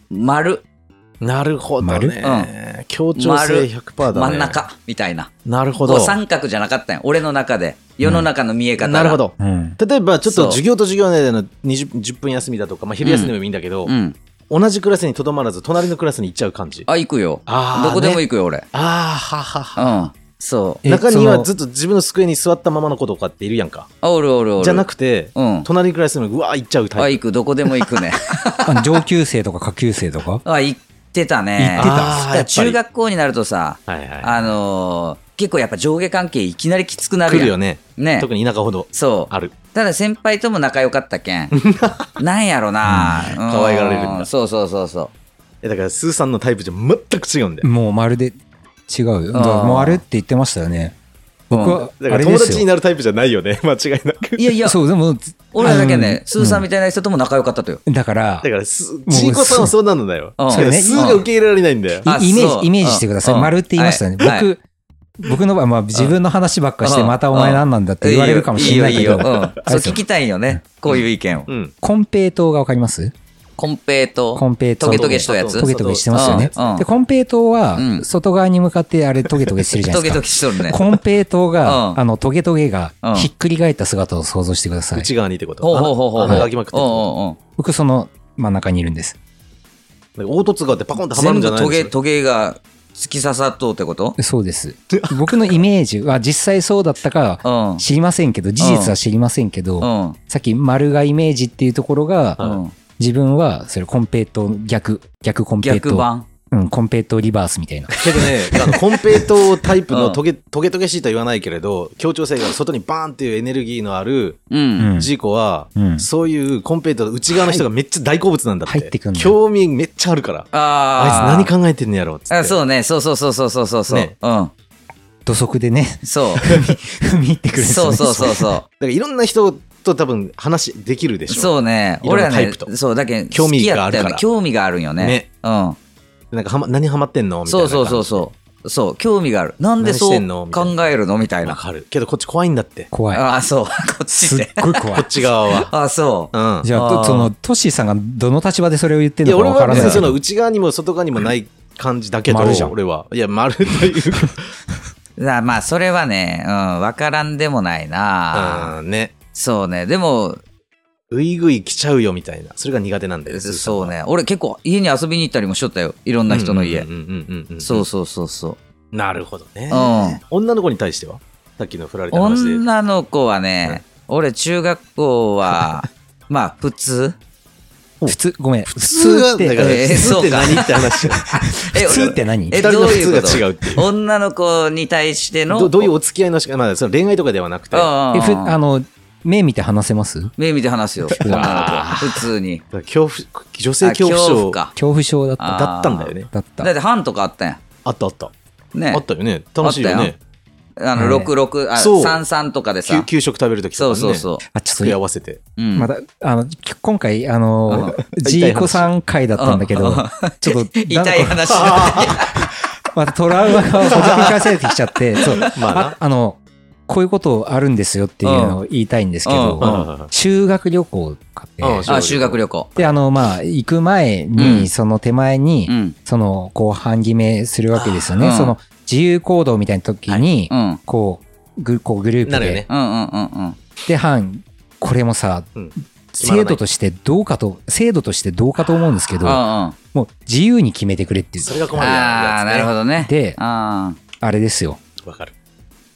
S3: 丸
S1: なるほど
S2: 丸
S1: ね。協調性
S3: 丸
S1: 100%だね。
S3: 真ん。中みたいな
S1: なるほ
S3: こう
S1: ど。
S3: 三角じゃなかったんや俺の中で世の中の見え方が、
S1: なるほど。
S2: うん。
S1: 例えばちょっ
S3: そ
S1: と
S3: う
S1: 授業と授業の間の20 10分休みだとか、まあ、昼休みでもいいんだけど、
S3: うん
S1: 同じクラスにとどまらず隣のクラスに行っちゃう感じあ
S3: あ行くよ
S1: あー
S3: どこでも行くよ俺
S1: あーははは
S3: うんそう
S2: え
S1: 中に
S2: そ
S1: は
S2: の
S1: ずっと自分の机に座ったままの子とかっているやんか
S3: あおるおるおる
S1: じゃなくて、
S3: うん
S1: 隣のクラスにうわー行っちゃうタ
S3: あ
S1: イ
S3: 行くどこでも行くね
S2: あ上級生とか下級生とか
S3: あ行ってたね
S2: 行ってた
S3: あー
S1: やっぱり
S3: 中学校になるとさ
S1: プはいは
S3: あのー結構やっぱ上下関係いきなりきつくないる
S1: 来
S3: やん
S1: るよね
S3: ね
S1: 特に田舎ほど
S3: そう
S1: ある
S3: ただ先輩とも仲良かったけんなんやろな、うん、
S1: 可愛がられるんだ
S3: そうそうそうそう
S1: えだからスーさんのタイプじゃ全く違うんだよ
S2: もうまるで違うよ。だから
S3: あー
S2: もうあれって言ってましたよね。僕は、あ
S1: だから
S2: れ
S1: 友
S2: で
S1: 達
S2: す
S1: に
S2: よ。
S1: なるタイプじゃないよね間違いなく
S3: いやいや
S2: そう、でも、
S3: 俺らだけね、
S2: あの
S3: スーさんみたいな人とも仲良かったとよ。
S2: うんだから
S1: だ、からすちいこさんはそうなんだよ
S3: うん
S1: だからスーが受け入れられないんだよ
S3: うんあ
S2: いイメー
S3: そう
S2: ジ、イメージしてくださ
S3: う
S2: い。
S3: ん
S2: 丸って言いましたね。
S3: はい
S2: 僕、僕の場合、まあ自分の話ばっかして、
S3: うん
S2: またお前何なんだって言われるかもしれないけど、
S3: よよようん
S2: あれ
S3: そ
S2: で
S3: う
S2: す
S3: 聞
S2: よ
S3: きたいよね、こういう意見を。
S1: うん
S2: コンペイトーがわかります
S3: コンペイと、
S2: コンペイト
S3: ト
S2: ー
S3: ゲトゲしたやつ
S2: トゲトゲしてますよね
S3: うんうん。
S2: で、コンペイトー
S3: う
S2: は、
S3: ん
S2: 外側に向かってあれトゲトゲしてるじゃな
S3: ト
S2: いで
S3: ゲ
S2: す
S3: ト
S2: か
S3: ゲ。しとる
S2: *laughs*
S3: ね。
S2: コンペイトー
S3: う
S2: が、
S3: ん
S2: あの、トゲトゲが
S3: うん
S2: ひっくり返った姿を想像してください。
S1: 内側にってこと
S3: ほうほうほうほう。
S1: 穴が開きまくってるってこと
S3: おうおうおう
S2: 僕、その真ん中にいるんです。
S1: なんか凹凸があってパコンってはまる
S3: 全
S1: んじゃ
S3: 部
S1: ない
S3: ト
S1: んで
S3: ゲ
S1: す
S3: トゲが突き刺さっとうって
S1: *laughs*
S3: こと
S2: そうです。僕のイメージは、実際そうだった
S3: う
S2: か、
S3: ん。うん。
S2: 知りませんけど、事実は知りませんけど、
S3: うん。
S2: さっき丸がイメージっていうところが、
S3: うん
S2: 自分はそれコンペイトー逆逆コンペイト
S3: 逆
S2: ー、
S3: 版。
S2: うん、コンペイトーリバースみたいな
S1: けどね、あのコンペイトータイプ
S3: *laughs* う
S1: の
S3: ん
S1: トゲトゲトゲしいとは言わないけれど、協調性がある外にバーンっていうエネルギーのある
S3: *laughs*
S2: う
S3: う。
S2: んん
S1: ジーコは、
S2: うん
S1: そういうコンペイトーの内側の人がめっちゃ大好物なんだって。
S2: 入ってくんだ
S1: 興味めっちゃあるから。
S3: ああ。
S1: あいつ何考えてんのやろっつって。
S3: あそうね。そうそうそうそうそうそうそう。
S1: ね
S3: うん。
S2: 土足でね *laughs*
S3: そう。
S1: *laughs*
S2: 踏み入ってくるんです
S3: そ
S2: よ
S3: う
S2: ね
S3: そうそうそう。
S1: だからいろんな人と多分話できるでしょ
S3: そうね
S1: いろん
S3: 俺
S1: な
S3: は
S1: タイ
S3: ね
S1: プと
S3: そうだけど
S1: 興
S3: 好
S1: 味
S3: き
S1: が
S3: や
S1: あ
S3: っ
S1: る
S3: た
S1: か
S3: よ
S1: ら
S3: ね興味があるんよね
S1: ね
S3: うん
S1: なんかはま何ハマってんのみたい
S3: そ
S1: な
S3: うそうそうそうそう興味があるなんで
S1: 何し
S3: そ
S1: て
S3: うん
S1: のみたい
S3: 考えるのみたい
S1: わ
S3: な
S1: かるけどこっち怖いんだって
S2: 怖い。
S3: ああそう *laughs* こっち
S2: すっ
S3: で
S2: ごい怖
S1: こ
S2: い
S1: っ。ち側は
S3: ああそううん
S2: じゃ
S3: あ
S2: あ、
S3: ー
S2: その、トシーさんがどの立場でそれを言って
S1: い
S2: る
S1: や
S2: のか
S1: 俺
S2: わか
S1: は
S2: ら
S1: 別
S2: ない
S1: に
S2: け
S1: そ
S2: ど。
S1: の内側にも外側にもない感じだけど
S2: 丸じゃん
S1: 俺はいや丸というか
S3: なまあそれはねうん分からんでもないな
S1: あーね
S3: そうねでも
S1: ういぐい来ちゃうよみたいなそれが苦手なんだよ
S3: そうね俺結構家に遊びに行ったりもしとったよいろんな人の家
S1: うんうんうんうんうん
S3: そうそうそうそう
S1: なるほどね
S3: うん
S1: 女の子に対してはさっきの振られた話で
S3: 女の子はね俺中学
S1: *laughs*
S3: 校はまあ普通
S2: 普通、ごめん。普
S1: 普通
S2: 通
S1: が
S2: っ
S1: だ
S2: て、
S1: から
S3: え
S1: 普
S3: ー
S1: 通っ
S3: そう
S1: て
S3: か
S1: 何って話
S3: え
S2: 普通って何
S1: え
S3: えどうい
S1: 二人
S3: うこ
S1: の普通が違う
S3: と
S1: っていう
S3: 女の子に対しての
S1: どどういうお付き合いのしかまあその恋愛とかではなくて
S3: うんうんうん
S2: えふあの、目見て話せます
S3: 目見て
S1: *laughs*
S3: 話すよ女の子は普通に
S1: 恐怖女性
S3: あ
S1: 恐怖症だ
S3: か
S2: 恐怖症だった。
S1: ったんだよね
S2: だっ。
S3: だったて班とかあったやん
S1: あったあった
S3: ね
S1: あったよね楽しいよ
S3: あった
S1: ね
S3: よあ
S2: うん
S3: の66あ
S1: そう
S3: 33とかで
S1: 給
S3: さ
S1: 給食食べるときとか
S3: そ
S1: ね
S3: うそうそう
S2: あ、ちょっと
S1: 食い合わせて
S3: うん
S2: まだ、あの、き今回、あの、ジ
S1: 痛い
S2: ー
S1: 話
S2: コさん回だったんだけ
S3: う
S2: ど
S3: ん、
S2: ちょっと、
S3: *laughs* 痛い
S2: なん
S1: *laughs*
S2: か
S3: 話だね
S2: またトラウマがほじくり返されてきちゃ
S3: *laughs*
S2: って、そう、
S1: まあな
S2: ああの、こういうことあるんですよっていうのを言いたいんですけ
S3: う
S1: うん
S2: ど、修学旅行買って、
S1: うん
S3: あ修学旅行
S2: で、あの、まあ、行く前
S3: う
S2: に、
S3: ん
S2: その手前に
S3: う、ん
S2: その、こう、半決めするわけですよね。
S3: うん
S2: その、自由行動みたいな時に
S3: う、んうん
S2: こう、グこうグループ
S1: なるよ
S2: で
S1: ね、
S3: うんうんうん
S2: で、半、これもさ
S1: うん、
S2: 制度としてどうかと、制度としてどうかと思うんですけ
S3: うんうん
S2: ど、
S3: あ
S2: もう自由に決めてくれっていう
S1: そ。れが困る
S3: あ
S1: や
S3: ー
S1: つね
S3: なるほどね
S2: で
S3: あ
S2: あれですよ。
S1: わかる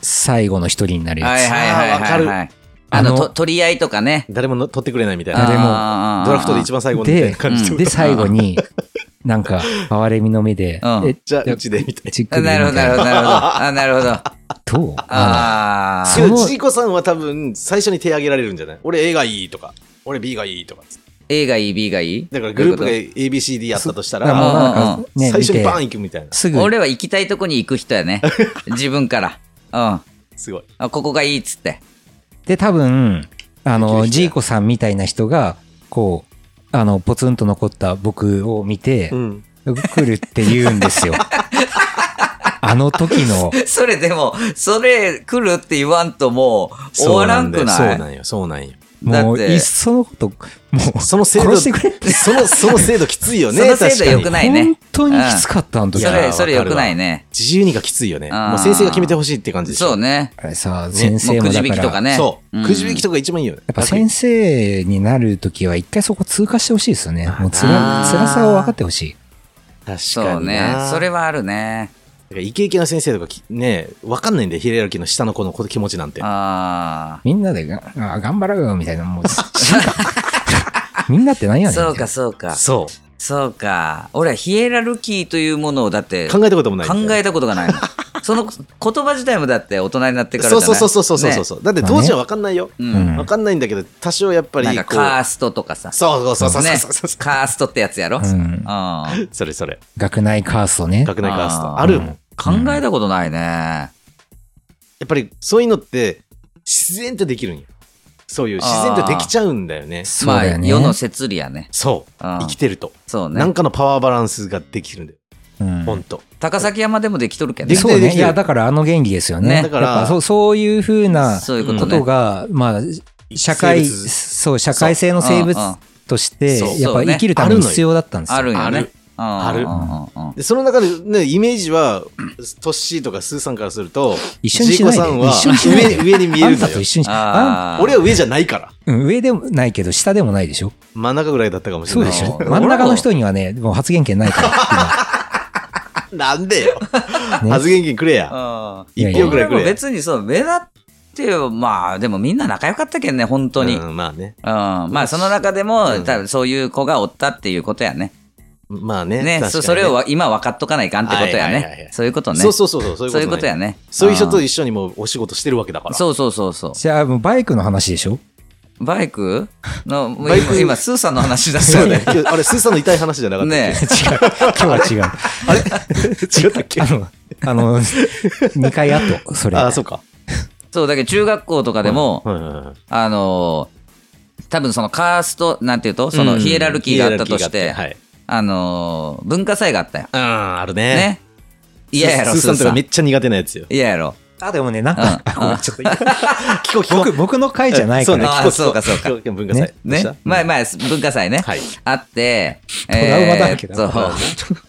S2: 最後の一人になる
S3: ー
S2: やつ。
S3: はいはいはいはいはい
S2: あ
S3: あ
S2: ーわかる
S3: の
S2: あの
S3: と取り合いとかね
S1: 誰もの取ってくれないみたい
S2: 誰
S1: な
S2: も
S3: も
S1: ドラフトで一番最後みたいな感じ
S3: う
S1: で
S3: ん
S2: で、最後に、なんか、哀れみの目で、
S3: うん
S2: え
S1: じゃあうちでみたい
S2: チック
S3: あ
S2: で
S3: なるほど、なるほど、なるほど。あな
S1: *laughs*
S3: るほど。あ
S2: ど。どうあ
S3: あ
S1: な
S2: そ
S3: ー。
S2: う
S1: け
S2: の
S1: どジーコさんは多分最初に手挙げられるんじゃない俺 A がいいとか俺 B がいいとか
S3: A がいい、B がいい
S1: だからグループ
S3: ど
S1: が
S3: ういう
S1: ABCD やったとした
S2: だからもう
S1: ら
S2: なんか、ね、
S1: 最初にバーン
S2: 見
S1: 行
S2: て、
S1: くみたいな
S2: す
S3: こと
S2: ぐ、
S3: 俺は行きたいとこに行く人
S1: *laughs*
S3: やね。自分から。うん
S1: すごい
S3: あ。ここがいいっつって。 *laughs*
S2: で、多分、
S1: できる
S2: あ
S1: 人
S2: の、
S1: や
S2: ジーコさんみたいな人が、こう、あの、ポツンと残った僕を見て、
S1: ん
S2: 来るって言うんです
S3: *laughs*
S2: よ。あの時の、
S3: それでも、それ来るって言わんともう終わらんく
S1: そう
S3: ない
S1: なんだよそうなんよ
S2: も
S3: だっ
S2: う、
S3: て
S2: いっそのこと、もう、
S1: その制度
S2: 殺して
S1: そ
S2: くれって。
S1: のその制度きついよね
S3: *laughs* その制度良
S1: 確か
S3: く
S1: に
S3: ないね
S2: 本。当にきつかった、あの
S3: そ
S2: 時。
S1: いや
S3: れ、
S1: ー
S3: それ
S1: わか
S3: 良
S1: るわ
S3: くないね。
S1: 自由にがきついよね
S3: あー
S1: もう先生が決めてほしいって感じでしょ
S3: そうね。
S2: あれさ、
S1: ね
S2: 先生
S3: もう
S2: も
S3: くじ
S2: だ
S3: 引
S2: か、
S3: きとからね。
S1: そう。
S3: ん
S1: くじ引きとか一番いいよね。
S2: やっぱ先生になるときは一回そこ通過してほしいですよね。もうつら
S3: あー
S2: 辛さを分かってほしい。
S1: 楽しい確か
S3: そう
S1: に
S3: ね
S1: な。。
S3: それはあるね。
S1: だからイケイケな先生とかきね、わかんないんで、ヒレラルキーの下の子の気持ちなんて。
S3: あ
S2: みんなでが、あー頑張ろうよみたいな、もう、死んだみんなって何や
S3: あ。
S2: ねん。
S3: そうか、そうか。
S1: そう。
S3: そうか。俺はヒエラルキーというものをだって
S1: 考えたこともない。
S3: 考え
S1: た
S3: たこと
S1: *laughs*
S3: がないの。その言葉自体もだって大人になってから
S1: そ
S3: じゃ
S1: う
S3: ない
S1: そうそうそうそうそう
S3: う。
S1: そう。だって当時はわかんないよ。
S3: ね
S2: う
S3: うん
S2: ん
S1: わかんないんだけど、多少やっぱり
S3: なん
S1: こ
S3: か
S1: う。
S3: カーストとかさ。
S1: そうそうそうそう
S3: ね
S1: そうそうそう。
S3: カーストってやつやろ。う。
S2: うんん。
S1: それそれ。
S2: 学内カーストね。
S1: 学内カースト。
S3: あー
S1: あるもん。や
S3: 考えたことないね。
S1: っぱりそういうのって、自然とできるんよ。そういう、自然とできちゃうんだよね。
S2: そう
S3: まあ
S2: だよね。
S3: 世の摂理やね。
S1: そう。
S3: あー
S1: 生きてると。
S3: そう
S1: な
S3: ね
S1: ん。かのパワーバランスができるんだよ。
S2: うん
S1: ほんと。
S3: 高崎山でもできとるけど
S1: でき。
S3: ね
S2: そう
S1: で
S2: ね。
S1: き
S2: い
S1: てる
S2: や、だからあの原理ですよね。
S3: ね
S2: だからそう、そういうふうな
S3: そういうこ
S2: ことと
S3: ね。
S2: が、まあ、社会、
S1: 生物
S2: そう、社会性の生物
S3: うんうん
S2: として
S1: そう、
S2: やっ
S3: そ
S2: ぱ
S3: うね
S2: 生きるために必要だったんですよ。
S3: あるんよね。
S1: ある
S3: あ
S1: でその中で、ね、イメージは、トッシーとかスーさんからすると、
S2: 一緒にしない
S1: ジ
S2: で
S1: ーコさんは
S2: 一緒にしないで
S1: 上上に見え
S2: あ
S1: る
S2: ん
S1: んだ
S2: た
S1: よ
S2: と。一緒にし、あ
S3: あー。
S1: 俺は上じゃないから。
S2: んうん上でもないけど、下でもないでしょ
S1: 真ん中ぐらいだったかもし
S2: そ
S1: れ
S2: う
S1: な
S2: で
S1: い。
S2: しょ
S3: あー
S2: 真ん中の人にはね、もう発言権ない *laughs* か
S1: なんでよ。
S2: ら。今ね
S1: 発言権くれや。
S3: あー
S2: いや
S1: 一
S2: いや
S1: 票ぐらいく
S3: 俺も
S1: れや。
S3: 別にそう、目立っては、まあ、でもみんな仲良かったけんね、本当に。
S1: うんまあね。
S3: うん、まあその中でも、
S1: うん
S3: 多分そういう子がおったっていうことやね。
S1: まあね。確
S3: ね
S1: かに
S3: そそれをわ今分かっとかないかんってことやね。
S1: はいはいはいはい
S3: そういうことね。
S1: そうそうそうそう。そう
S3: そうい
S1: いううこ
S3: こ
S1: とと
S3: や
S1: ね。
S3: ね。
S1: そういう人と
S3: ん
S1: 一緒にもうお仕事してるわけだから。
S3: そうそうそうそ
S2: じゃあ、もうバイクの話でしょ
S3: う。バイク
S1: *laughs*
S3: の、もう
S1: バイク
S3: 今、今スーさんの話だ
S1: そうだよ。今日あれ、スーさんの痛い話じゃなかったっ
S3: ね
S2: 違う。今日は違う。
S1: け違ったっけ
S2: あの、あの、2回後、それ。
S1: ああ、そうか。
S3: そう、だけど中学校とかでも、
S1: はいはいはい
S3: あのー多分そのカーストなんていうとそのヒエラルキーがあったとして、
S1: ヒエラルキーがあってはい、
S3: あのー文化祭があったよ
S1: あーあるね
S3: ね嫌やろ
S1: スーさんと
S3: スーさ
S1: か
S3: ん
S1: めっちゃ苦手なやつよ
S3: 嫌やろ
S2: あ、でもね、なんか、ごめんちょっと言い
S1: 聞こう聞こう
S2: 僕、僕の回じゃない
S1: そ
S2: か
S1: うね
S2: ら、
S1: 聞
S3: あー
S1: こう
S3: そうかそうか
S1: 聞こ文化祭どうし
S3: ね
S1: た
S3: 前前文化祭ね、
S1: はい
S3: あってト
S2: ラウマだらけだな
S3: そう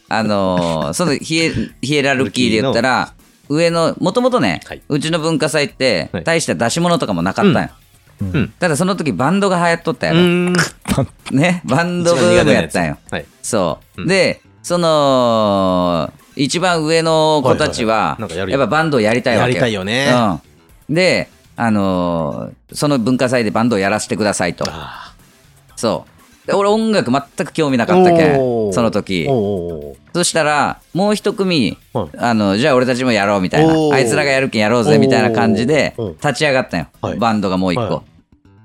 S3: あの
S1: *laughs*
S3: ーそのヒエヒエラルキーで言ったら上のもともとね、
S1: はいう
S3: ちの文化祭って
S1: はい
S3: 大した出し物とかもなかった
S2: う
S3: んよ、
S2: ん
S1: うん
S3: ただその時バンドが流行っとったや
S1: う
S3: ろ、
S1: ーん
S3: ねバンドブームやったんよ
S1: はい
S3: そう、
S1: うん
S3: でその一番上の子たちは
S1: はいはいはいなんかや
S3: やっ
S1: るよ
S3: ぱバンドをやりたい
S1: や
S3: わけ
S1: り
S3: よ
S1: たいよね
S3: うん、で、あのーその文化祭でバンドをやらせてくださいと
S1: あ
S3: そうで俺音楽全く興味なかったけん
S1: おー
S3: その時
S1: ーおー
S3: そしたらもう一組、
S1: はい
S3: あのじゃあ俺たちもやろうみたいな
S1: おー
S3: あいつらがやるけんやろうぜみたいな感じで
S1: おーうん
S3: 立ち上がったよ、
S1: はい
S3: バンドがもう一個、
S1: は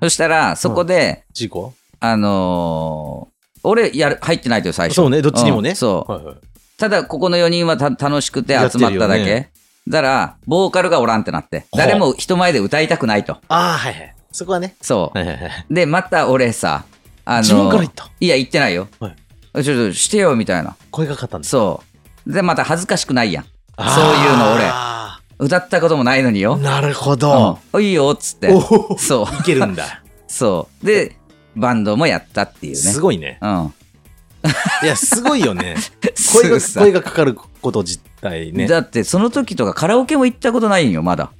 S3: そしたらそこで、
S1: 事故
S3: あのー俺やる入ってないとよ最初
S1: そうねどっちにもね
S3: うんそう、
S1: はいはい
S3: ただここの4人はた楽しくて集まっただ
S1: やって
S3: け、
S1: るよ
S3: だからボーカルがおらんってなって
S1: はあ
S3: 誰も人前で歌いたくないと
S1: ああはいはいそこはね
S3: そう、
S1: はいはいはい
S3: でまた俺さあの
S1: 自分から言った
S3: いや言ってないよ、
S1: はい
S3: ちょっとしてよみたいな
S1: 声がかかったんです
S3: そうでまた恥ずかしくないやん
S1: そ
S3: そういうの俺
S1: あ
S3: 歌ったこともないのによ
S1: ー、なるほど
S3: うんいいよっつって
S1: おお
S3: そう
S1: いけるんだ
S3: *laughs* そうでバンドもやったっていうね
S1: すごいね
S3: うん
S1: いやすごいよ
S3: *laughs*
S1: ね声
S3: す
S1: が
S3: ぐさ
S1: 声がかかること自体ね
S3: だってその時とかカラオケも行ったことないんよまだ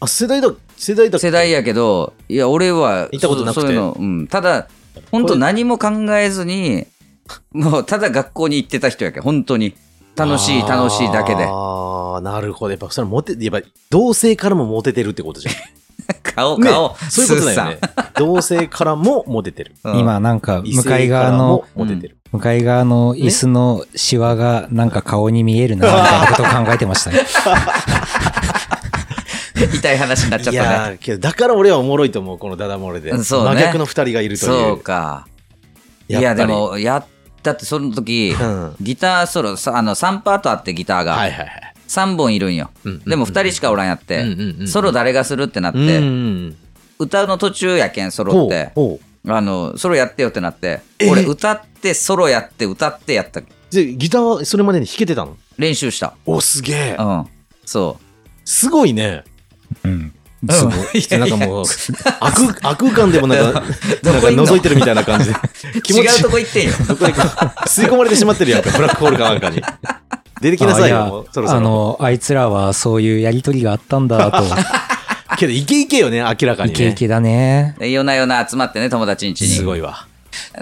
S1: あ世代だ世代だ
S3: 世代やけどいや俺は
S1: 行ったことなくて
S3: そうそういうの、うん、ただ本当何も考えずにもうただ学校に行ってた人やけん本当に楽しい
S1: あー
S3: 楽しいだけで *laughs*
S1: ああなるほどやっぱそれモテやっぱ同性からもモテてるって
S3: *laughs*
S1: ことじゃん
S3: 顔顔、
S1: ねそういうことだよね
S3: スー
S1: *laughs* 同性からもモテてる
S3: さん、うん
S2: 今、なんか、
S1: 異
S2: 向かい
S1: 性か
S2: 側
S1: ら
S2: の
S1: も、モテてる、
S2: 向かい側の椅子のシワが、なんか顔に見えるな、みたいなことを考えてましたね。
S3: 痛い話になっちゃっ
S1: い
S3: た
S1: や
S3: ね
S1: ーけどだから俺はおもろいと思うこのダダ漏れで、
S3: うんそうね
S1: 真逆の2人がいるという
S3: そうかいや
S1: っぱ
S3: で
S1: り
S3: もやったってその時
S1: うんはい
S3: ギターソロさあの3パートあってギターが、
S1: はいはい
S3: 3本いるんよ、
S1: うんうんうん
S3: でも2人しかおらんやって、
S1: うんうんうん
S3: ソロ誰がするってなって、
S1: うんうん
S3: 歌うの途中やけんソ
S1: うんほ
S3: ロっ
S1: う
S3: て
S1: ほう
S3: あのソロやってよってなって俺歌ってソロやって歌ってやった
S1: でギターはそれまでに弾けてたの
S3: 練習した
S1: おすげえ
S3: うんそう
S1: すごいね
S2: うん。すごい。
S1: いやなんかもう悪悪感でもなん
S3: *laughs*
S1: か
S3: ど
S1: なん
S3: こ
S1: か
S3: いんの
S1: 覗いてるみたいな感じで
S3: *laughs*
S1: 気持
S3: 違う
S1: ち
S3: とこ
S1: *laughs*
S3: 行ってんよ
S1: 吸い込まれてしまってるやんかブラックホールかなんかに出てきなさいよ
S2: あ
S1: もう
S2: や
S1: そろそ
S2: あ
S1: ろ
S2: の、あいつらはそういうやりとりがあったんだと、
S1: けどイケイケよね明らかにね
S2: イケイケだね。
S3: で夜な夜な集まってね友達ん家
S1: す
S3: に
S1: ごいわ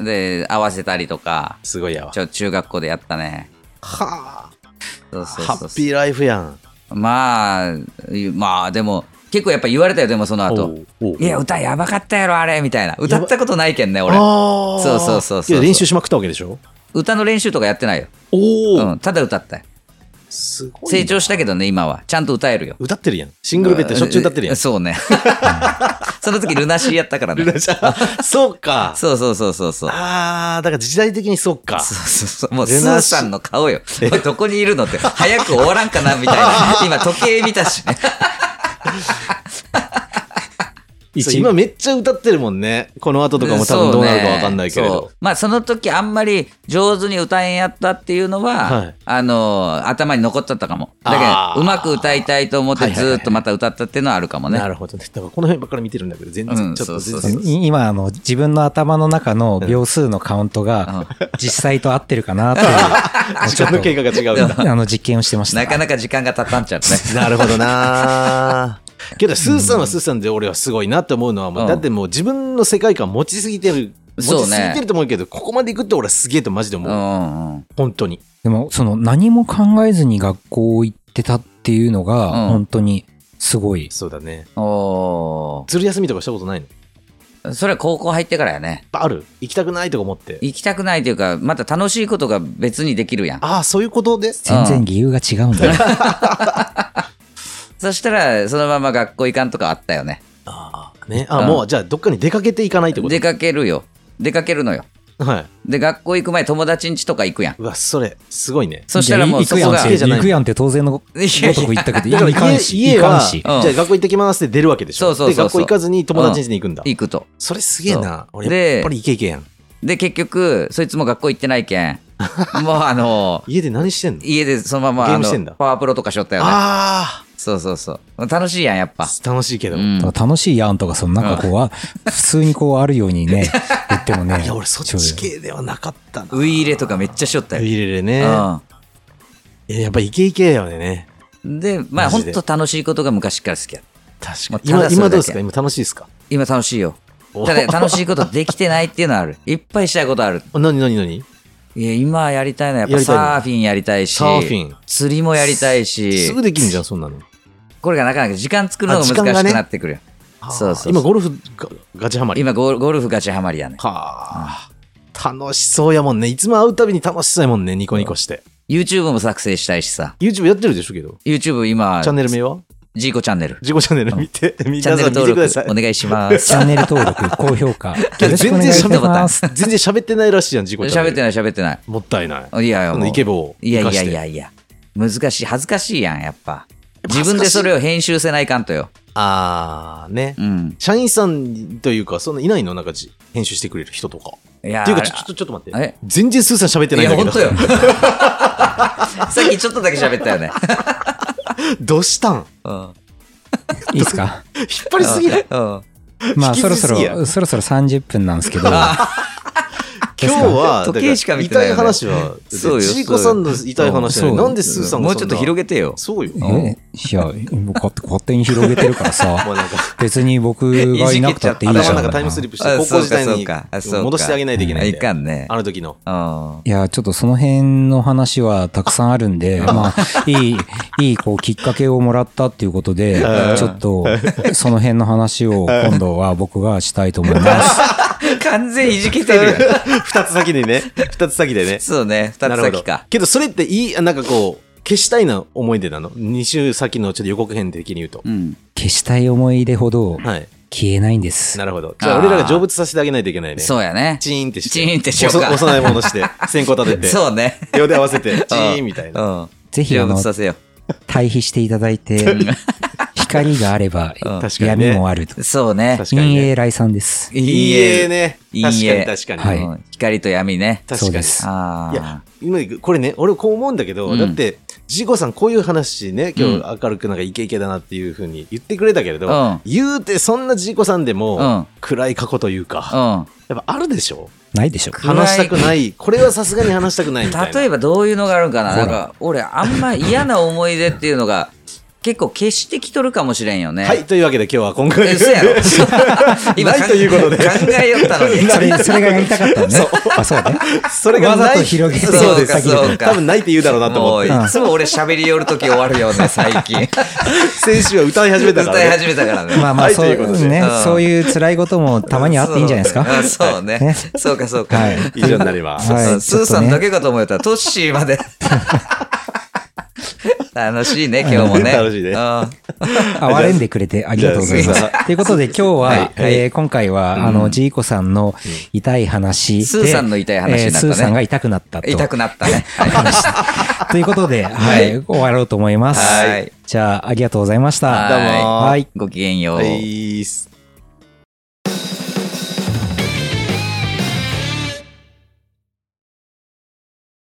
S3: で合わせたりとか
S1: すごいやわ
S3: ちょ中学校でやったね
S1: は
S3: そう
S1: あ
S3: そう
S1: ハ
S3: そう
S1: ッピーライフやん
S3: まあいまあでも結構やっぱ言われたよでもその
S1: お
S3: 後
S1: うおう
S3: いや歌やばかったやろあれみたいな歌ったことないけんね俺
S1: あー
S3: そうそうそうそう
S1: いや練習しまくったわけでしょ
S3: 歌の練習とかやってないよ、
S1: おお、
S3: うん、ただ歌ったよ
S1: すごいな
S3: 成長したけどね今はちゃんと歌えるよ
S1: 歌ってるやんシングルベッドしょっちゅう歌ってるやん
S3: *laughs* そ
S1: *laughs*
S3: うね。その時ルナシーやったからね。
S1: *laughs* そうか
S3: そうそうそうそうそう。
S1: ああだから時代的にそうか
S3: そうそうそう。もう
S1: ル
S3: ス
S1: ナ
S3: ー
S1: シー
S3: さんの顔よ。 *laughs* お前どこにいるのって。早く終わらんかな
S1: *laughs*
S3: みたいな。今時計見たしね。
S1: そう
S2: 一
S1: 今めっちゃ歌ってるもんねこの後とかも多分どうなるかわかんないけれ
S3: そうね
S1: ど
S3: そうまあその時あんまり上手に歌えんやったっていうのは、
S1: はい
S3: あの、頭に残っちゃったかも。だ
S1: あー
S3: けど、うまく歌いたいと思って
S1: はいはいはい
S3: ずっとまた歌ったっていうのはあるかもね。
S1: なるほどねだからこの辺ばっかり見てるんだけど全
S3: う
S1: 然
S3: ん
S1: ちょっと
S3: そ
S1: 全
S3: うそうそ
S1: 然
S3: *laughs* う
S2: い今あの自分の頭の中の秒数のカウントが実際と合ってるかなという
S1: 時間の経過が違 *laughs* うんだ
S2: あの実験をしてました
S3: なかなか時間が経たんちゃうね。
S1: *laughs* なるほど
S3: *laughs*
S1: なーけどスーさんはスーさんで俺はすごいなって思うのはもう、
S3: うん
S1: だってもう自分の世界観持ちすぎてる持
S3: そう
S1: ち
S3: ね
S1: すぎてると思うけどここまでいくって俺はすげえとマジで思
S3: う
S1: う、
S3: んうん。
S1: 本当に
S2: でもその何も考えずに学校行ってたっていうのが
S3: うん
S2: 本当にすごい、
S1: そうだね
S3: おー。
S1: ずる休みとかしたことないのやっ
S3: それは高校入ってからやね
S1: ぱある行きたくないとか思って
S3: 行きたくないというかまた楽しいことが別にできるやん
S1: ああそういうことで
S2: 全然理由が違うんだよ、
S3: そしたらそのまま学校行かんとかあったよね
S1: ああねあ
S3: うん
S1: もうじゃあどっかに出かけていかないってこと
S3: 出かけるよ出かけるのよ
S1: はい。
S3: で、学校行く前、友達ん家とか行くやん。
S1: うわ、それ、すごいね。
S3: そしたらもう
S2: で行
S3: そ
S2: くや
S3: こ
S2: ん
S3: が
S2: っ、
S1: い
S2: て、行くやんって当然のごとく行ったけど、い
S1: *laughs* だから
S2: やいかん
S1: 家
S2: し、
S1: 家
S2: いかん
S1: は、
S2: し
S1: じ。ゃあ学校行ってきますって出るわけでしょ。
S3: そうそうそうそう
S1: で、学校行かずに友達ん家に行くんだ。
S3: 行くと。
S1: それすげえな。俺、
S3: で
S1: やっぱりイケイケやん。
S3: で、結局、そいつも学校行ってないけ
S1: *laughs*
S3: ん。もうあの、
S1: 家で何してんの
S3: 家でそのまま
S1: ゲー
S3: あ
S1: ムしてん
S3: の
S1: だ
S3: パワープロとかしょったよね。
S1: あ
S3: そうそうそう。楽しいやん、やっぱ。
S1: あ、楽しいけど。
S3: う
S1: い
S3: ん
S2: だから楽しいやんとか、そのなんかこうは、普通にこうあるようにね、言ってもね。
S1: や、俺、そっち系ではなかったな。
S3: ウイイレとかめっちゃしょった
S1: ウ
S3: よ。
S1: イレレね。
S3: う
S1: いややっぱイケイケやよね。
S3: ん。で、まあ、
S1: マ
S3: ほ
S1: ジ
S3: ん
S1: で
S3: と楽しいことが昔から好きや。
S1: 確
S3: ま
S1: か
S3: あ
S1: に。今、今
S3: ただそれだけ
S1: どうですか今楽しいですか
S3: 今楽しいよ。
S1: お
S3: ただ、楽しいことできてないっていう
S1: *laughs*
S3: のはある。いっぱいしたいことある。
S1: なになになに
S3: いや、今やりたいのはやっ
S1: や
S3: ぱ
S1: りたいの
S3: サーフィンやりたいし、
S1: サーフィン
S3: 釣りもやりたいし、
S1: すぐできるじゃん、そんなの。
S3: これがなかなか時間作るのが
S1: あ時間がね
S3: 難しくなってくるよ。 *laughs* そうそうそう
S1: 今、ゴルフがガチハマり。
S3: 今ゴル、ゴルフガチハマりやね。
S1: はあ。楽しそうやもんね。いつも会うたびに楽しそうやもんね。ニコニコして。
S3: YouTube も作成したいしさ、
S1: YouTube やってるでしょけど。
S3: YouTube 今
S1: チャ、ンネル名は
S3: ジーコチャンネル。
S1: 自己チャンネル見て、皆
S3: チ
S1: さ
S3: ャ
S1: ん
S3: ンネル
S1: 見
S3: 登
S1: てください
S3: 録お。願いします
S2: チ。ャンネル登録、高評
S1: *laughs*
S2: 価、よろしく
S1: 全
S2: お願い
S1: 然
S2: し
S1: 喋って
S2: ま
S1: な
S2: す。
S1: い。全然喋ってないらしいやん、自己チャンネ
S3: 喋
S1: ル。
S3: ってない喋ってない。
S1: もったいない。
S3: いやいや、もう
S1: イケボー
S3: いやいやい
S1: い。
S3: やいや、難しい、恥ずかしいやん、やっぱ。自
S1: 恥ず
S3: 分
S1: か
S3: で
S1: しい
S3: それを編集せないかんとよ。
S1: あーね
S3: う。ん。
S1: 社員さんというか、そんないないのなんかじ編集してくれる人とか。
S3: いや、
S1: っていうか、
S3: あ
S1: ち
S3: れ
S1: ょちょちょっと待っ
S3: え
S1: て。全然スーさん喋ってないんだけ
S3: い
S1: ど。
S3: や、本当よ。 *laughs* さっきちょっとだけ喋ったよね。
S1: どうしたん
S3: うん。
S2: いいですか
S1: 引っ張りすぎない
S3: うん。
S2: まあ、
S1: 引きず
S2: そろ
S1: り
S2: そ
S1: すぎや
S2: ろ、そろそろ30分なんですけど、
S1: 今日は、
S3: 時計しか見て
S1: だ
S3: な
S1: ら
S3: い
S1: 痛
S3: よ
S1: い
S3: ね
S1: 話は、
S3: そうよ
S1: ちいこさんの痛い話なのに
S2: そう
S1: なんでスーさんが
S3: もうちょっと広
S1: げ
S3: げてよ。
S1: そうよ。も
S2: えいや、もう勝手勝手に広げてるか
S1: *laughs*
S2: ら
S1: う
S2: さ、
S1: なんか、
S2: 別に僕がいなくたっていいじ
S1: 頭
S2: ゃ
S1: の
S2: ん。
S1: 中タイムスリップして、高校時代に戻してあげないといけないん
S3: い
S1: で
S3: か。んね。
S1: あの時の。
S3: うん。
S2: いや、ちょっとその辺の話はたくさんあるんで、まあ、いい、いい、こう、きっかけをもらったっていうことで、ちょっと、その辺の話を今度は僕がしたいと思います。
S3: 完全いじけてるよ。
S1: *laughs* 二つ先にね。二つ先でね。
S3: そうね、 *laughs* 二
S1: な
S3: つ
S1: るほ
S3: 先
S1: ど
S3: か。
S1: けど、それっていい、なんかこう、消したいな思い出なの二週先のちょっと予告編的に言うと。
S3: うん。
S2: 消したい思い出ほど
S1: はい。
S2: 消えないんです。
S1: なるほど。じゃあ、
S3: あー
S1: 俺らが成仏させてあげないといけないね。
S3: そうやね。
S1: チーンってして。
S3: チーンってしようか
S1: おそ *laughs* 幼いものして、線香立てて。
S3: そうね。
S1: 両手合わせて、チーンみたいな。
S3: うん。
S2: ぜひ、
S3: 成
S2: あの
S3: 仏、させよ
S2: 対比していただいて、光があれば
S3: う
S1: 確
S3: ん
S1: かにね
S2: 闇もあると
S3: う。。そうね。
S1: 確かに
S2: 陰
S1: ね
S2: 影来さんです。
S3: い
S1: いいえ。ね。
S3: いい
S1: 確か
S3: え
S1: に確かに。
S2: はい
S3: うん光と闇ね。
S1: 確か
S2: そう
S1: に。
S2: です
S3: ああ。
S1: いや今これね、俺こう思うんだけど、
S3: うん
S1: だって、ジーコさんこういう話ね、今日明るくなんかイケイケだなっていうふうに言ってくれたけれど、
S3: うん
S1: 言うてそんなジーコさんで
S3: う
S1: も、
S3: ん。
S1: 暗い過去というか、
S3: う
S1: やっぱあるでしょ
S2: ないでしょ。
S3: 暗い
S1: 話したくない。これはさすがに話したくないみたい
S3: ん。
S1: な。
S3: 例えばどういうのがあるんかな
S2: ほ
S3: な
S2: ら
S3: んか、俺、あんま嫌な思い出っていうのが、結構消してきとるかもしれんよね。
S1: はい、。というわけで今日は今回。
S3: 嘘
S1: *laughs*
S3: やろ今
S1: ないということで
S3: 考えよったの
S1: *laughs*
S3: に。
S2: それ、それがやりたかったのね。あ、そうね。
S1: それがない
S2: わざと広げて
S1: そうで
S3: そう
S1: す。
S3: かそうか
S1: 多分ないって言うだろうなと
S3: も
S1: 思っ
S3: うい
S1: て。
S3: つも俺喋り寄るとき終わるよね、最近。
S1: *laughs* 先週は歌い始めたから、
S3: 歌
S1: ね。
S3: い始めたからね。
S2: まあま
S1: は
S2: あ、
S1: い
S2: そう
S1: ということで
S2: ね
S3: うん、
S2: そういう辛いこともたまにあっていいんじゃないですか。
S3: あそうね
S2: ね。
S3: そうか、そうか。
S2: はい
S1: 以上になります。
S2: はい
S3: そう
S2: ちょ
S3: ス
S2: っと
S3: ー
S2: ね
S3: さんだけかと思えたら、トッシーま
S2: *laughs*
S3: で。楽しいね、今日もね。
S1: 楽しいね
S3: うん
S2: 哀れんでくれてありがとうございま
S1: じゃあ
S2: す。ということで今日は、
S1: はいはい
S2: えー今回は、あの、ジーコさんの痛い話で。
S3: スーさんの痛い話になったね
S2: えースーさんが痛くなったと。
S3: 痛くなった
S2: *laughs*
S3: ね。はい
S2: ということで、はい、終わろうと思います。
S3: はい
S2: じゃあ、ありがとうございました。
S3: はいどうも
S2: はい。
S3: ごきげんよう。
S1: はい。